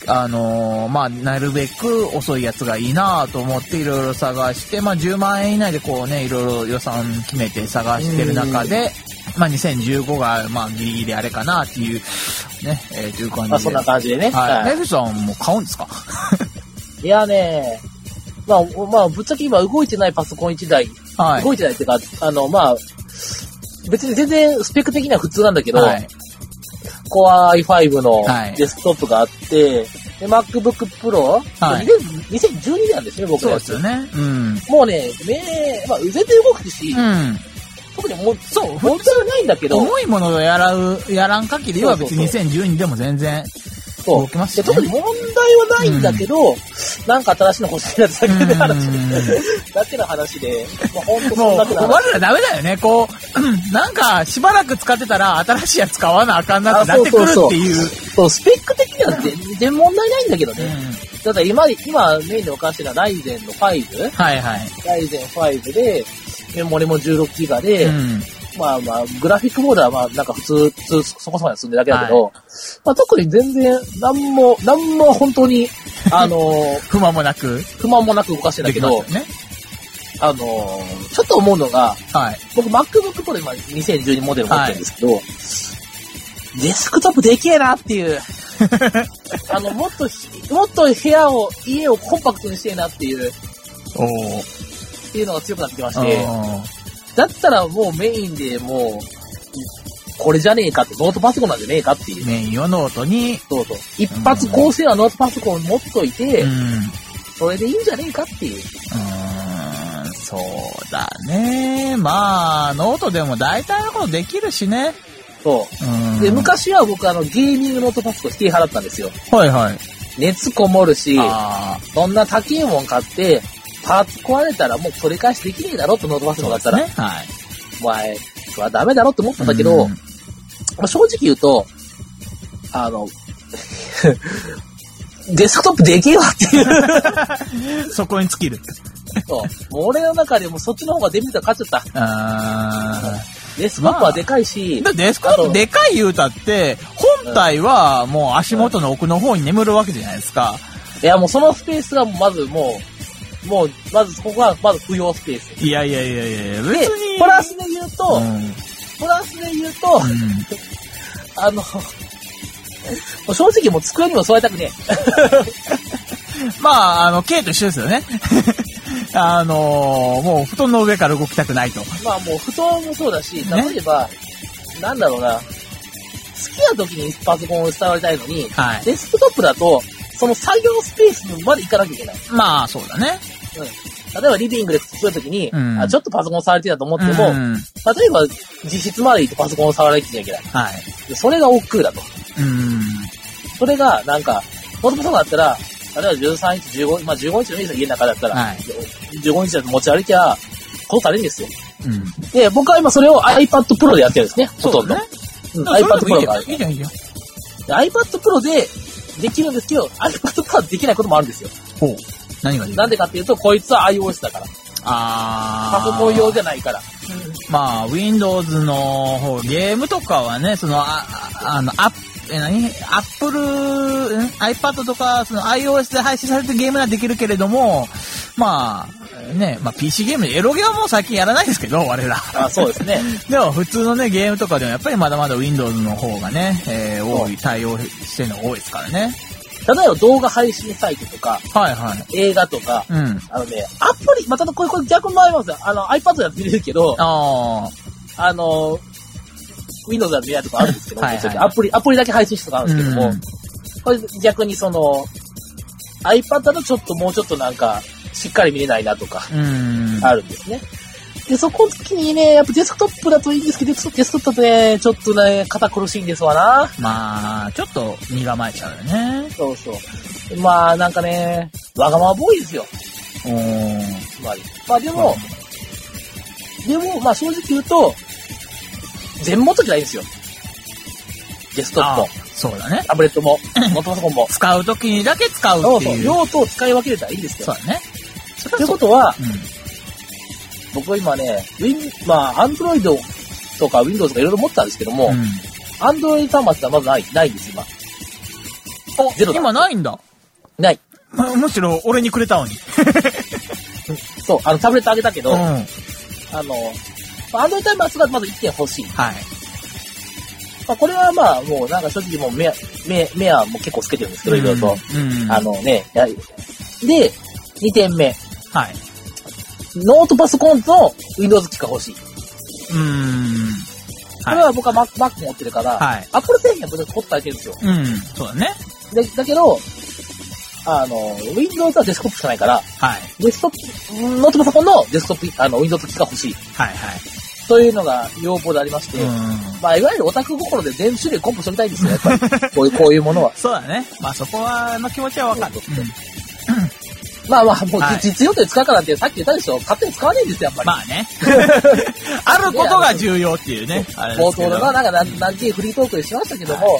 S3: あのーまあ、なるべく遅いやつがいいなと思っていろいろ探して、まあ、10万円以内でこうね、いろいろ予算決めて探してる中で、まあ、2015が、まあ、ギリギリあれかなっていう、ね、えー、という感じで。
S4: まあそんな感じでね。
S3: はい。
S4: は
S3: ネフさんも買うんですか
S4: い。いやね、まあ、おまあ、ぶっちゃけ今動いてないパソコン1台、
S3: はい。
S4: 動いてないっていうか、あの、まあ、別に全然スペック的には普通なんだけど、
S3: はい。
S4: Core i5 の
S3: はい
S4: デスクトップがあって、で、MacBook Pro、
S3: はい
S4: 2012年なんですね、僕
S3: そ
S4: の
S3: うで
S4: や
S3: す
S4: つ
S3: よ。ね。うん。
S4: もうね、ねまあ、全然動くし、
S3: うん。
S4: 特にも
S3: そう
S4: 問題はないんだけど、
S3: 重いものをやらう、やらん限りは別に
S4: そ
S3: 2012でも全然
S4: そ
S3: 動
S4: う
S3: きます
S4: で
S3: しね
S4: 特に問題はないんだけど、なんか新しいの欲しいなってだけの話
S3: うん
S4: だけの話で、まあ、ほんとそ
S3: も
S4: ん
S3: う、
S4: だけの話。
S3: 我らダメだよね。こう、うんなんか、しばらく使ってたら、新しいやつ買わなあかんなってなってくるっていう。
S4: そう、スペック的には全然問題ないんだけど
S3: うん
S4: ね。ただ今、今メインでおかしいのはライゼンの 5?
S3: はいはい。
S4: ライゼン5で、メモリも16ギガで、
S3: うん
S4: まあまあ、グラフィックモードはまあなんか普通、普通、そこそこには進んでるだけだけど、まあ特に全然、なんも、なんも本当に、 あのー
S3: 不満もなく、
S4: 不満もなく動かしてんだ
S3: で
S4: け
S3: きます
S4: ど
S3: よ、ね。
S4: あのーちょっと思うのが、
S3: はい。
S4: 僕 MacBook Pro 今2012モデル持ってるんですけど、デスクトップでけえなって いう。あの、もっとひ、もっと部屋を、家をコンパクトにしてえなっていう、っ
S3: お
S4: ていうのが強くなってきまし
S3: お
S4: て、だったらもうメインでもう、これじゃねえかって、ノートパソコンなんじゃねえかっていう。
S3: メインをノートに、
S4: そうそう。一発構成はノートパソコン持っといて、
S3: うん。うん
S4: それでいいんじゃねえかっていう。
S3: そうだね。まあ、ノートでも大体のことできるしね。
S4: そうう。
S3: ん。
S4: で、昔は僕あの、ゲーミングノートパソコン引き払ったんですよ。
S3: はいはい。
S4: 熱こもるし、
S3: ああ、
S4: そんな高いもん買って、パーツ壊れたらもう取り返しできねえだろってノートパソコンだったら、
S3: ね。はい。
S4: お前、それはダメだろって思ったんだけど、
S3: うん
S4: まあ正直言うと、あの、 デスクトップでけえわっていう。
S3: そこに尽きる。
S4: そうもう俺の中でもそっちの方がデメリット勝っちゃった。
S3: あ
S4: デスクトップはでかいし
S3: ー、だってデスクトップでかい言うたって、本体はもう足元の奥の方に眠るわけじゃないですか。
S4: いやもうそのスペースがまずもう、もう、まずここはまず不要スペース。
S3: いやいやいやいや、別
S4: で
S3: に。、
S4: プラスで言うと、
S3: うん、うん。
S4: プラスで言うと、あの、も う正直もう机にも座りたくねえ。
S3: まあ、あの、K と一緒ですよね。 あのーもう布団の上から動きたくないと。
S4: まあもう布団もそうだし、
S3: ね
S4: 例えば、なんだろうな、好きな時にパソコンを伝わりたいのに、
S3: はい。
S4: デスクトップだと、その作業スペースまで行かなきゃいけない。
S3: まあ、そうだね。
S4: 例えばリビングで作る時に、
S3: うん
S4: あ、ちょっとパソコン触りてえなと思っても、
S3: うん、
S4: 例えば自室まで行ってパソコンを触らなきゃいけない。
S3: はい。
S4: でそれが億劫だと。
S3: うん。
S4: それが、なんか、もともとだったら、例えば13日、15日、まあ15日の家の中だったら、
S3: はい
S4: 15日だと持ち歩きゃ、こうされるんですよ。
S3: うん。
S4: で、僕は今それを iPad Pro でやってるんですね、ほとんど。
S3: ね。
S4: うん
S3: それ
S4: iPad
S3: でも
S4: Pro
S3: いい
S4: があ
S3: よ
S4: る。
S3: いいじゃん、いいじゃん。
S4: で iPad Pro でできるんですけど、iPad Pro はできないこともあるんですよ。
S3: ほう。何がいい
S4: なんでかっていうと、こいつは iOS だから。
S3: あ
S4: パ
S3: ー
S4: ソコン用じゃないから。
S3: まあ、Windows の方、ゲームとかはね、その、あ、ああの、アップ、え、何アップル、ん iPad とか、その iOS で配信されてるゲームはできるけれども、まあ、ね、まあ PC ゲーム、エロゲはもう最近やらないですけど、 我ら。
S4: あそうですね。
S3: でも普通のね、ゲームとかでもやっぱりまだまだ Windows の方がね、えー多い、対応してるのが多いですからね。
S4: 例えば動画配信サイトとか、
S3: はいはい。
S4: 映画とか、
S3: うん。
S4: あのね、アプリ、またこれ、これ逆もありますよ。あの、iPad では見れるけど、
S3: あ
S4: あの、Windows は見れないとかあるんですけど、
S3: はいはい
S4: ぶっちゃけアプリ、アプリだけ配信したとかあ
S3: あ。
S4: るんですけども、
S3: うん
S4: これ逆にその、iPad だとちょっともうちょっとなんか、しっかり見れないなとか、
S3: うん。
S4: あるんですね。で、そこの時にね、やっぱデスクトップだといいんですけど、デスクデスクトップね、ちょっとね、堅苦しいんですわな。
S3: まあ、ちょっと身構えちゃうよね。
S4: そうそう。まあ、なんかね、わがままボーイですよ、
S3: おー。
S4: つまり。まあでも、でも、まあ正直言うと、全持っときゃいいんですよ。デスクトップ
S3: あ
S4: も、
S3: そうだね。
S4: タブレッ トも、ノートパソコンも。
S3: 使うときにだけ使う
S4: そ
S3: っ
S4: う
S3: て
S4: そう。
S3: いう。
S4: 用途を使い分けれたらいいんです
S3: そ
S4: よ
S3: う。だね。
S4: ということは、
S3: うん。
S4: 僕は今ね、Win、まあ、Android ととか Windows とかいろいろ持ってたんですけども、
S3: うん
S4: Android 端末はまずない、ないんです、今。ゼロだ
S3: 今ないんだ。
S4: ない。
S3: まむしろ俺にくれたのに。
S4: そう、あの、タブレットあげたけど、あ
S3: はい。
S4: の、アンドロイド端末がまず1点欲しい。まあ、これはまあ、もうなんか正直もう目、目、目はもう結構つけてるんですけど、いろいろと。
S3: うん。うん
S4: あ、のね、やはりで、2点目。
S3: はい。
S4: ノートパソコンと Windows 機が欲しい。
S3: うーん。
S4: これは僕は Mac, Mac 持ってるから、
S3: はい。
S4: Apple 製品は僕は取ってあげてるんですよ。
S3: うん。そうだね。
S4: で、だけど、あの、Windows はデスクトップしかないから、
S3: はい。
S4: デスクトップ、ノートパソコンのデスクトップ、あの、Windows 機が欲しい。
S3: はいはい。
S4: というのが要望でありまして、
S3: うん。
S4: まあ、いわゆるオタク心で全種類コンプしときたいんですよ、やっ ぱり。こういう、こういうものは。
S3: そうだね。まあそこは、の気持ちはわかる。
S4: そうそう
S3: うん
S4: まあまあ、もう
S3: はい
S4: 実用という使うかなんて、さっき言ったでしょ、勝手に使わないんですよ、やっぱり。
S3: まあね。 あることが重要っていうね。あれで
S4: 冒
S3: すけ
S4: 頭
S3: ど
S4: のな、なんか、なんなんていうフリートークでしましたけども、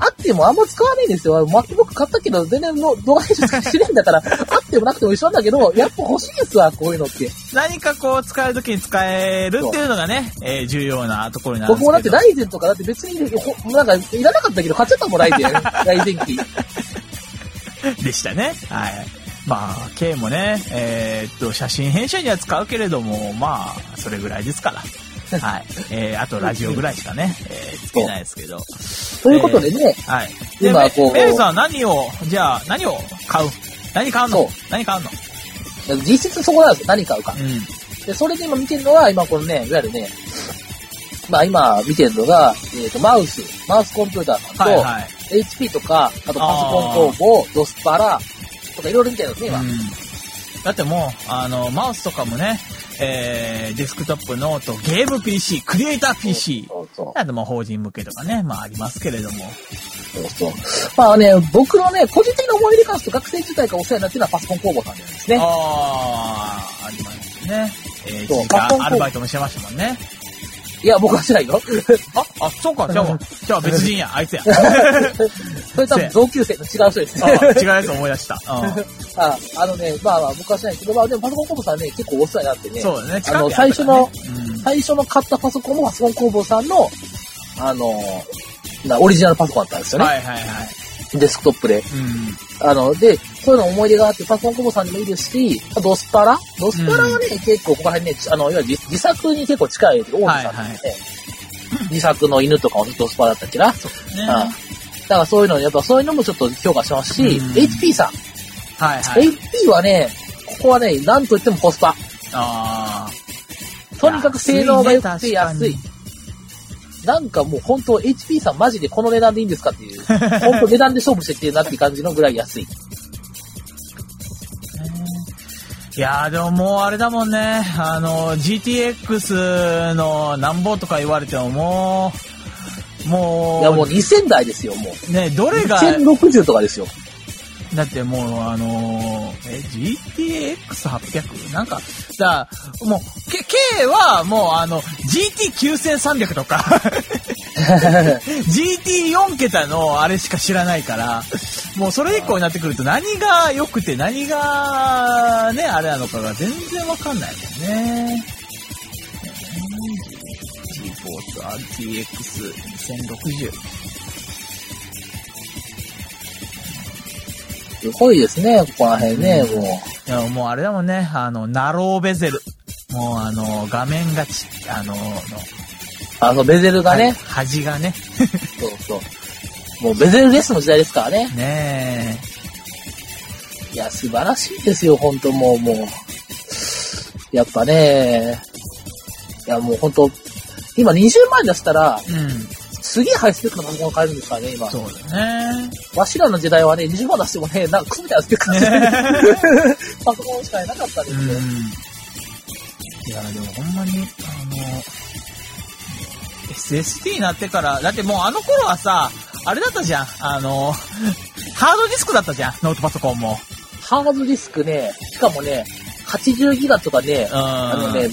S4: あってもあんま使わないんですよ。MacBook 買ったけど、全然の動画編集してないんだ から、あってもなくても一緒なんだけど、やっぱ欲しいですわ、こういうのって。
S3: 何かこう使うときに使えるっていうのがね、えー重要なところになるん
S4: 僕
S3: ですけど。
S4: もだってライゼンとかだって別に、ほなんか、いらなかったけど、買っちゃったもん、ライゼン。ライゼン機。
S3: でしたね。はい。まあ、K もね、えーっと、写真編集には使うけれども、まあ、それぐらいで すから。はい。えー、あとラジオぐらいしかね、えー、つけないですけど。
S4: ということでね、
S3: はい。で、
S4: 今
S3: メ
S4: こう
S3: メイさんは何を、じゃあ、何を買う何買う
S4: そ
S3: の
S4: う
S3: 何買うの
S4: 実質そこなんですよ、何買うか。
S3: うん。
S4: で、それで今見てるのは、今このね、いわゆるね、まあ今見てるのが、えっ、と、マウス、マウスコンピューターさんと、
S3: はいはい。
S4: HP とか、あとパソコン工房、ドスパラとかいろいろ見てるんですね、今。
S3: うんだってもう、あの、マウスとかもね、えー、デスクトップ、ノート、ゲーム PC、クリエイター PC。
S4: そうそ
S3: あともう法人向けとかね、まあありますけれども。
S4: うそうそう。まあね、僕のね、個人的な思い出からすると学生時代からお世話になってるのはパソコン工房さんなんですね。
S3: ああ、ありますね。えー、一
S4: そう
S3: 時間
S4: パソコン
S3: アルバイトもしてましたもんね。
S4: いや、僕はしない よ。
S3: あ、あ、そうか、じゃあ、じゃあ別人や、あい つや。
S4: それ多分同級生の違う人です
S3: あ
S4: ね。
S3: ー違うやつ思い出した。う
S4: ああのね、まあまあ僕はしないけど、まあでもパソコン工房さんね、結構お世話になってね。
S3: ん、そうだね、
S4: あの
S3: 近くにったからね、
S4: 最初の買ったパソコンもパソコン工房さんの、あの、なオリジナルパソコンだったんです
S3: うん
S4: よね。
S3: はいはいはい。
S4: デスクトップで。
S3: うん。
S4: あの、で、そういうの思い出があって、パソコン工房さんでもいいですし、ドスパラドスパラはね、結構ここら辺ね、あの、いわゆる自自作に結構近い大手さんなんで、自作の犬とかをドスパラだったっけな。
S3: ね
S4: ああだからそういうの、やっぱそういうのもちょっと評価してますし、
S3: うん
S4: HP さん。
S3: はいはい。
S4: HP はね、ここはね、なんといってもコスパ。
S3: ああ。
S4: とにかく性能が良くて安い
S3: ね。
S4: なんかもう本当 HP さんマジでこの値段でいいんですかって いう。本当値段で勝負してきてるなっていう感じのぐらい安い。
S3: いやーでももうあれだもんね。あの、GTX のなんぼとか言われてももう、
S4: いやも
S3: も
S4: う2000台ですよ、もう。
S3: う、ね、どれが、
S4: 2060とかですよ。
S3: だってもうあのーえ、GTX800? なんか、だもう、K, K はもうあの、GT9300 とか、GT4 桁のあれしか知らないから、もうそれ以降になってくると何が良くて何がね、あれなのかが全然わかんないもんね。g ポート RTX2060。
S4: すごいですね、ここら辺ね、もう。
S3: いや、もうあれだもんね、あの、ナローベゼル。もうあの、画面がち、あの、の
S4: あの、ベゼルがね、
S3: 端がね、
S4: そうそう。もうベゼルレスの時代ですからね。
S3: ね
S4: いや、素晴らしいですよ、本当もう、もう。やっぱね、いや、もう本当今20万出したら、
S3: え。うん。
S4: すげえハイスペックなパソコンを買えるんですからね、今。
S3: そうだね。
S4: わしらの時代はね、20万出してもね、なんかクソみたいなスペック なパソコンしかなかったんで
S3: う
S4: す
S3: ん
S4: よ。。
S3: いや、でもほんまに、あの、SSD になってから、だってもうあの頃はさ、あれだったじゃん。あの、ハードディスクだったじゃん。ノートパソコンも。
S4: ハードディスクね、しかもね、80ギガとかね
S3: う、ん。
S4: あのね、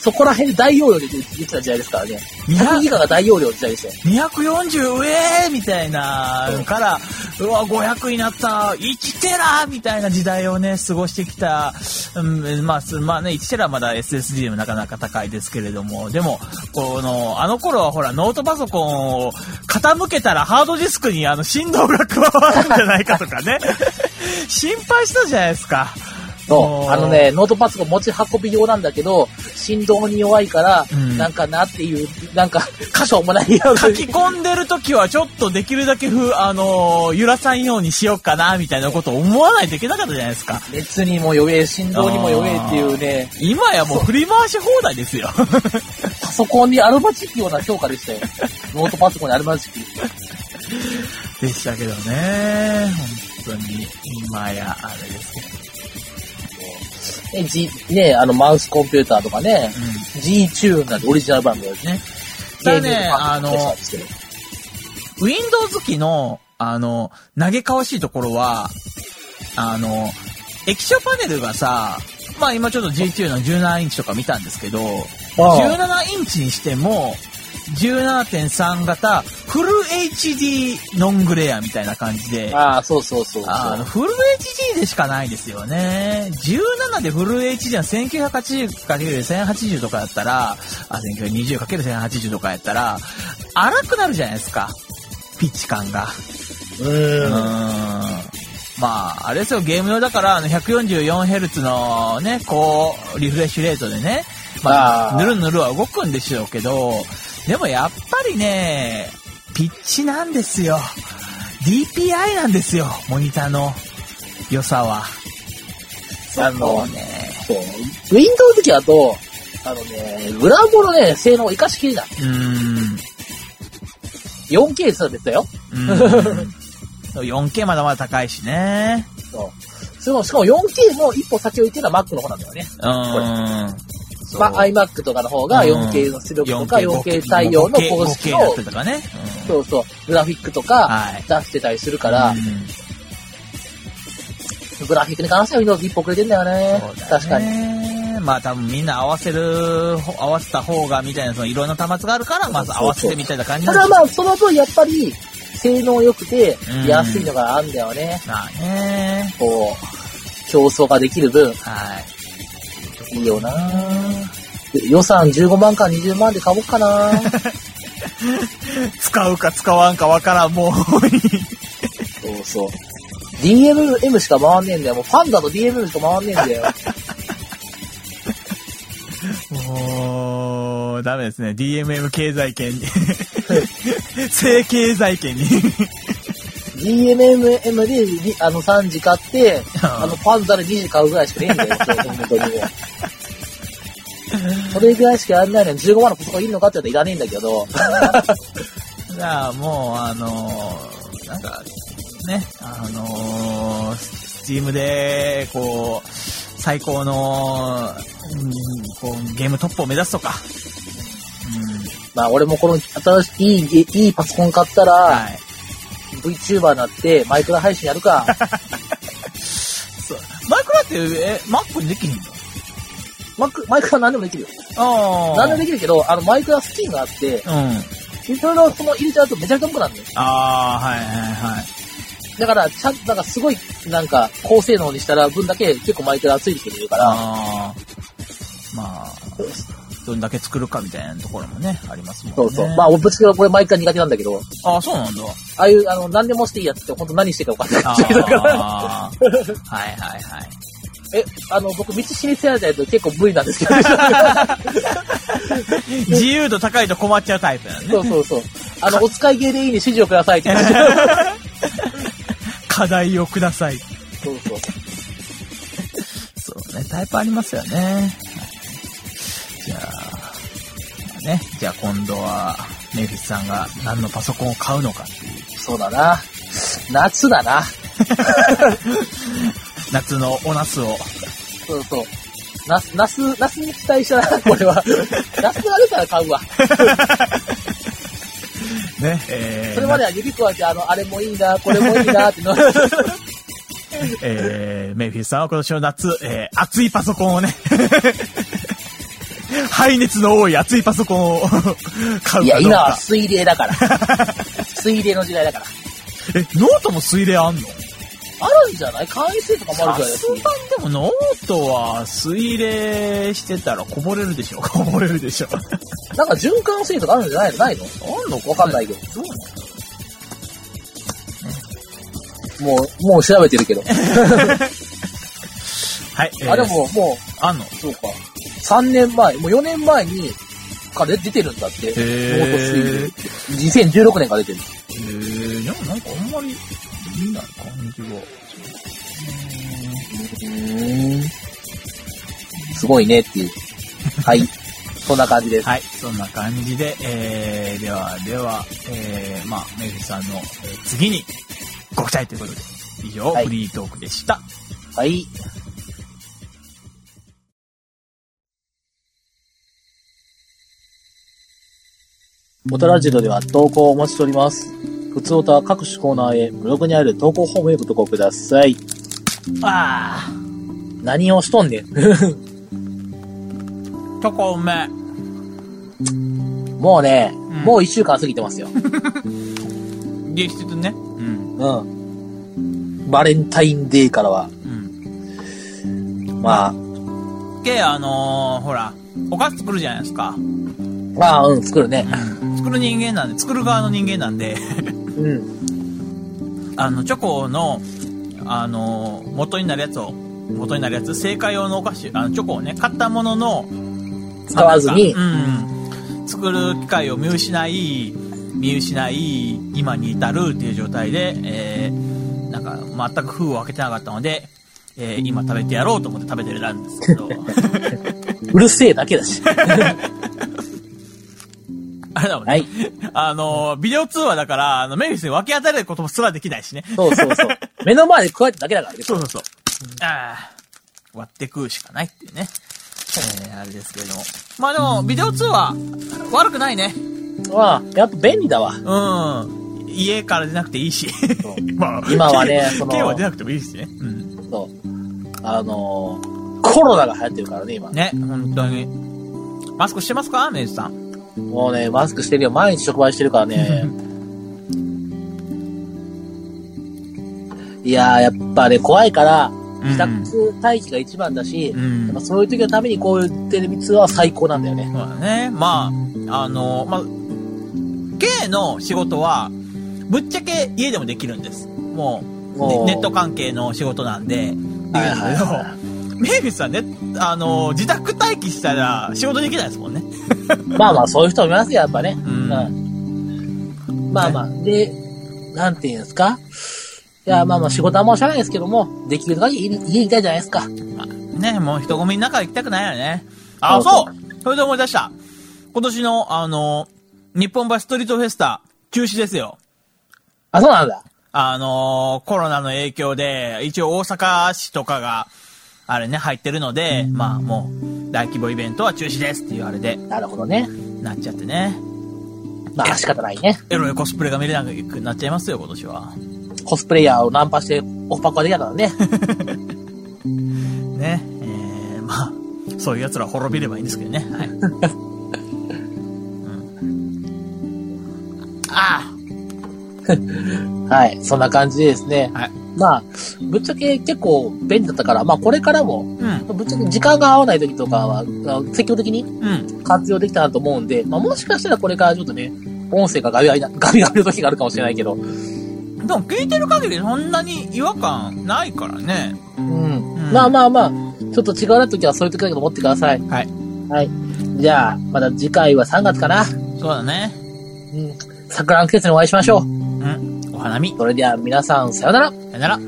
S4: そこら辺で大容量で言ってた時代ですからね。100ギガが大容量の時代ですよ。
S3: 240上みたいなのから、うわ、500になった、1テラみたいな時代をね、過ごしてきた、うん、まあ、すまあね、1テラはまだ SSD でもなかなか高いですけれども、でも、この、あの頃はほら、ノートパソコンを傾けたらハードディスクにあの振動が加わるんじゃないかとか ね、心配したじゃないですか。
S4: そう。あのね、ノートパソコン持ち運び用なんだけど、振動に弱いから、
S3: うん
S4: なんかなっていう、なんか、箇所もないよう
S3: 書き込んでる時はちょっとできるだけふ、あの揺らさんようにしようかな、みたいなことを思わないといけなかったじゃないですか。
S4: 熱にも弱え、振動にも弱えっていうね、
S3: 今やもう振り回し放題ですよ。
S4: パソコンにアルマチックような評価でした よ。ノートパソコンにアルマチック。
S3: でしたけどね。本当に、今やあれですけど。
S4: ね、G、ね、あの、マウスコンピューターとかね、
S3: うん
S4: G チューンなんてオリジナルバンドですね。
S3: ただ
S4: ゲ
S3: ね
S4: ーミングパソコンのスペシャルです
S3: Windows 機の、あの、投げかわしいところは、あの、液晶パネルがさ、まあ今ちょっと G9 の17インチとか見たんですけど、
S4: けどああ
S3: 17インチにしても、17.3型、フル HD ノングレアみたいな感じで、
S4: ああ、そうそうそうそう。
S3: あの、フル HD でしかないですよね。17でフル HD は 1980×1080 とかだったら、あ、1920×1080 とかやったら、荒くなるじゃないですか。ピッチ感
S4: う
S3: が。うー
S4: ー
S3: ん。
S4: ん。
S3: まあ、あれですよ、ゲーム用だから、あの、144Hz のね、こう、リフレッシュレートでね、ま
S4: あ
S3: あ、
S4: ー
S3: ぬるぬるは動くんでしょうけど、でもやっぱりね、ピッチなんですよ。DPI なんですよ、モニターの良さは。
S4: あの
S3: そう、ね。
S4: そう。Windows 時だと、あのね、グラボのね、性能を活かしきれない。
S3: うーん。
S4: 4K すら別だよ。
S3: うーん 4K まだまだ高いしね。
S4: そう。それも、しかも 4K も一歩先を行ってるのは Mac の方なんだよね。
S3: うーん。
S4: まあ、iMac とかの方が 4K の出力とか 4K 対応の公式
S3: 5K だ
S4: の
S3: った、とかね。うん
S4: そうそう、グラフィックとか
S3: はい。
S4: 出してたりするから
S3: う、ん
S4: グラフィックに関しては Windows 一歩遅れてんだよね。確かに。
S3: に。まあ多分みんな合わせる、ほ合わせた方がみたいな、そのいろんな端末があるから、まず合わせてみたいな感じ
S4: た
S3: なん
S4: だまあ、その分やっぱり、性能良くて、安いのがあるんだよね。
S3: まあね。
S4: こう、競争ができる分、
S3: はい。
S4: いいよな予算15万から20万で買おうかな
S3: 使うか使わんかわからん、もう。
S4: そうそう。DMM しか回んねえんだよ。もうファンだと DMM しか回んねえんだよ。
S3: もう、ダメですね。DMM 経済圏 に。正経済圏に。
S4: DMM でり、あの、3時買って、あの、パンダで2時買うぐらいしかねえんだよ、本当にね。それぐらいしかやんないのに15万のここいるのかって言ったらいらねえんだけど、
S3: じゃあもう、あのーなんか、ね、あのー、スチームで、こう、最高の、うんこうゲームトップを目指すとか。
S4: まあ俺もこの新しい、いい、いいパソコン買ったら、
S3: うん、はい。
S4: VTuber になってマイクラ配信やる か。
S3: そう。マイクラって、え、マックにできひんの
S4: マイクマイクラ何でもできるよ。
S3: あ
S4: 何でもできるけど、あの、マイクラスキンがあって、
S3: うん。
S4: いろいろその入れちゃうとめちゃくちゃ重くなるんだよ。
S3: ああ、はいはいはい。
S4: だから、ちゃんと、なんかすごい、なんか、高性能にしたら分だけ結構マイクラついてきてくれるから、
S3: あーまあ、どんだけ作るかみたいなところもね、ありますもんね。
S4: そうそう。まあ、俺ぶっちゃけ俺マイクラ苦手なんだけど、
S3: ああ、そう なんだ。
S4: ああいう、あの、何でもしていいやつって本当何していいか分かん
S3: あ
S4: ないっていうのが。
S3: あー、はいはいはい。
S4: え、あの、僕、道知りせられたやつ結構無理なんですけど、
S3: 自由度高いと困っちゃうタイプだね。
S4: そうそうそう。あの、お使い芸でいいに指示をくださいって言って
S3: 課題をください。
S4: そうそう。
S3: そうね、タイプありますよね。はいじゃあ、ね、じゃあ今度は、メイフィスさんが何のパソコンを買うのかっていう。
S4: そうだな。夏だな。
S3: 夏のおナスを。
S4: そうそう。ナス、ナス、ナスに期待したな、これ は。ナスが出たら買うわ。
S3: ね、えー、
S4: それまでは指くわえて、あの、あれもいいな、これもいいな、 っての。
S3: えー、メイフィスさんは今年の夏、えー、熱いパソコンをね、 排熱の多い熱いパソコンを買
S4: いうや、
S3: かどう
S4: 今は
S3: か。
S4: 水冷だから。水冷の時代だから。
S3: え、ノートも水冷あんの
S4: あるんじゃない会員制とかもある
S3: さ
S4: じゃない
S3: すがにでもノートは水冷してたらこぼれるでしょ。 こぼれるでしょ。
S4: なんか循環制とかあるんじゃないのないの
S3: なんだ
S4: わかんないけど。もう、もう調べてるけど。
S3: はい。えー
S4: あ、で、も、も
S3: あんの。
S4: う、そうか。3年前、もう4年前に、から出てるんだって。ノ
S3: ー
S4: ート水泳。2016年から出てる。
S3: えー、でもなんかあんまり見ない感じが。
S4: すごいねっていう。はい。そんな感じです。
S3: はい、そんな感じで、えー、では、では、えー、まあ、メイフさんの、えー次に、ご期待ということで、以上、
S4: はい
S3: フリートークでした。
S4: はい。おたらじどでは投稿をお待ちしております。ふつおたは各種コーナーへ、ブログにある投稿フォームへご投稿ください。
S3: あ
S4: 何をしとんねん。
S3: ー、チョコうめ。
S4: もうね、
S3: ん
S4: もう一週間過ぎてます よ。
S3: 激質ね。うん。
S4: うん。バレンタインデーからは、
S3: うん。
S4: まあ、
S3: で、あのー、ほら、お菓子作るじゃないですか。
S4: まあ、うん、作るね。
S3: 作る人間なんで、作る側の人間なんで、
S4: うん。
S3: あの、チョコの、あのー、元になるやつを、元になるやつ、製菓用のお菓子、あの、チョコをね、買ったものの、
S4: 使わずに
S3: う、ん、作る機会を見失い見失い今に至るっていう状態で、えーなんか全く封を開けてなかったので、えー今食べてやろうと思って食べてるんですけ ど
S4: うるせえだけだし。
S3: あれだもんね、
S4: はい。
S3: あのービデオ通話だからあのメイフィスに分け与えることすらできないしね
S4: そうそうそう。 目の前で加えただけだからね。
S3: そうそうそうああ割って食うしかないっていうねえーあれですけれどもまあでもビデオ通話悪くないね
S4: まあ、やっぱ便利だわ。
S3: うん家から出なくていいし
S4: そう
S3: まあ
S4: 今は ねその
S3: 剣は出なくてもいいしね。うん。
S4: そう。あのー、コロナが流行ってるからね、今。
S3: ね、本当に。マスクしてますかメイジさん。
S4: もうね、マスクしてるよ。毎日職場してるからね。 いやー、やっぱね、怖いから、自宅待機が一番だし、
S3: うん
S4: やっぱそういう時のためにこういうテレビ通話は最高なんだよね。
S3: そうだね。まあ、あの、まあ、K の仕事は、ぶっちゃけ家でもできるんです。もう、
S4: おー
S3: ねネット関係の仕事なんで、できるん
S4: はいはい
S3: だ
S4: は
S3: けど、メイフィスはね、あの、自宅待機したら仕事できないですもんね。
S4: まあまあ、そういう人もいますよ、やっぱね。
S3: ん
S4: うんまあまあ、で、なんていうんですか。いや、まあまあ、仕事はもうしゃないですけども、できる限り家に家にいたいじゃないですか。
S3: まあね、もう人混みの中行きたくないよね。
S4: そう
S3: あ、そ
S4: そう
S3: うそれで思い出した。今年の、あの、日本橋ストリートフェスタ、中止ですよ。
S4: あ、そうなんだ。
S3: あのーコロナの影響で、一応大阪市とかが、あれね、入ってるので、まあもう、大規模イベントは中止ですっていうあれで、
S4: なるほどね。
S3: なっちゃってね。
S4: まあ、仕方ないね。
S3: エロいコスプレが見れなくなっちゃいますよ、今年は。
S4: コスプレイヤーをナンパしてオフパコができたからね。
S3: ね。えー、まあ、そういう奴ら滅びればいいんですけどね。はい。うん、あ
S4: はい、そんな感じでですね
S3: あ。はい。
S4: まあ、ぶっちゃけ結構便利だったから、まあこれからも、
S3: うん。
S4: ぶっちゃけ時間が合わない時とかは、あの積極的に
S3: うん。
S4: 活用できたなと思うんで、まあ、もしかしたらこれからちょっとね、音声がガビガビな、ガビガビの時があるかもしれないけど、う
S3: でも聞いてる限りそんなに違和感ないからね。
S4: ん。まあまあまあ、ちょっと違うな時はそういう時だけど思ってください。
S3: はい。
S4: はい。じゃあ、また次回は3月かな。
S3: そうだね。
S4: うん。桜の季節にお会いしましょう。
S3: うん。お花見。
S4: それでは皆さん、さようなら。
S3: さよなら。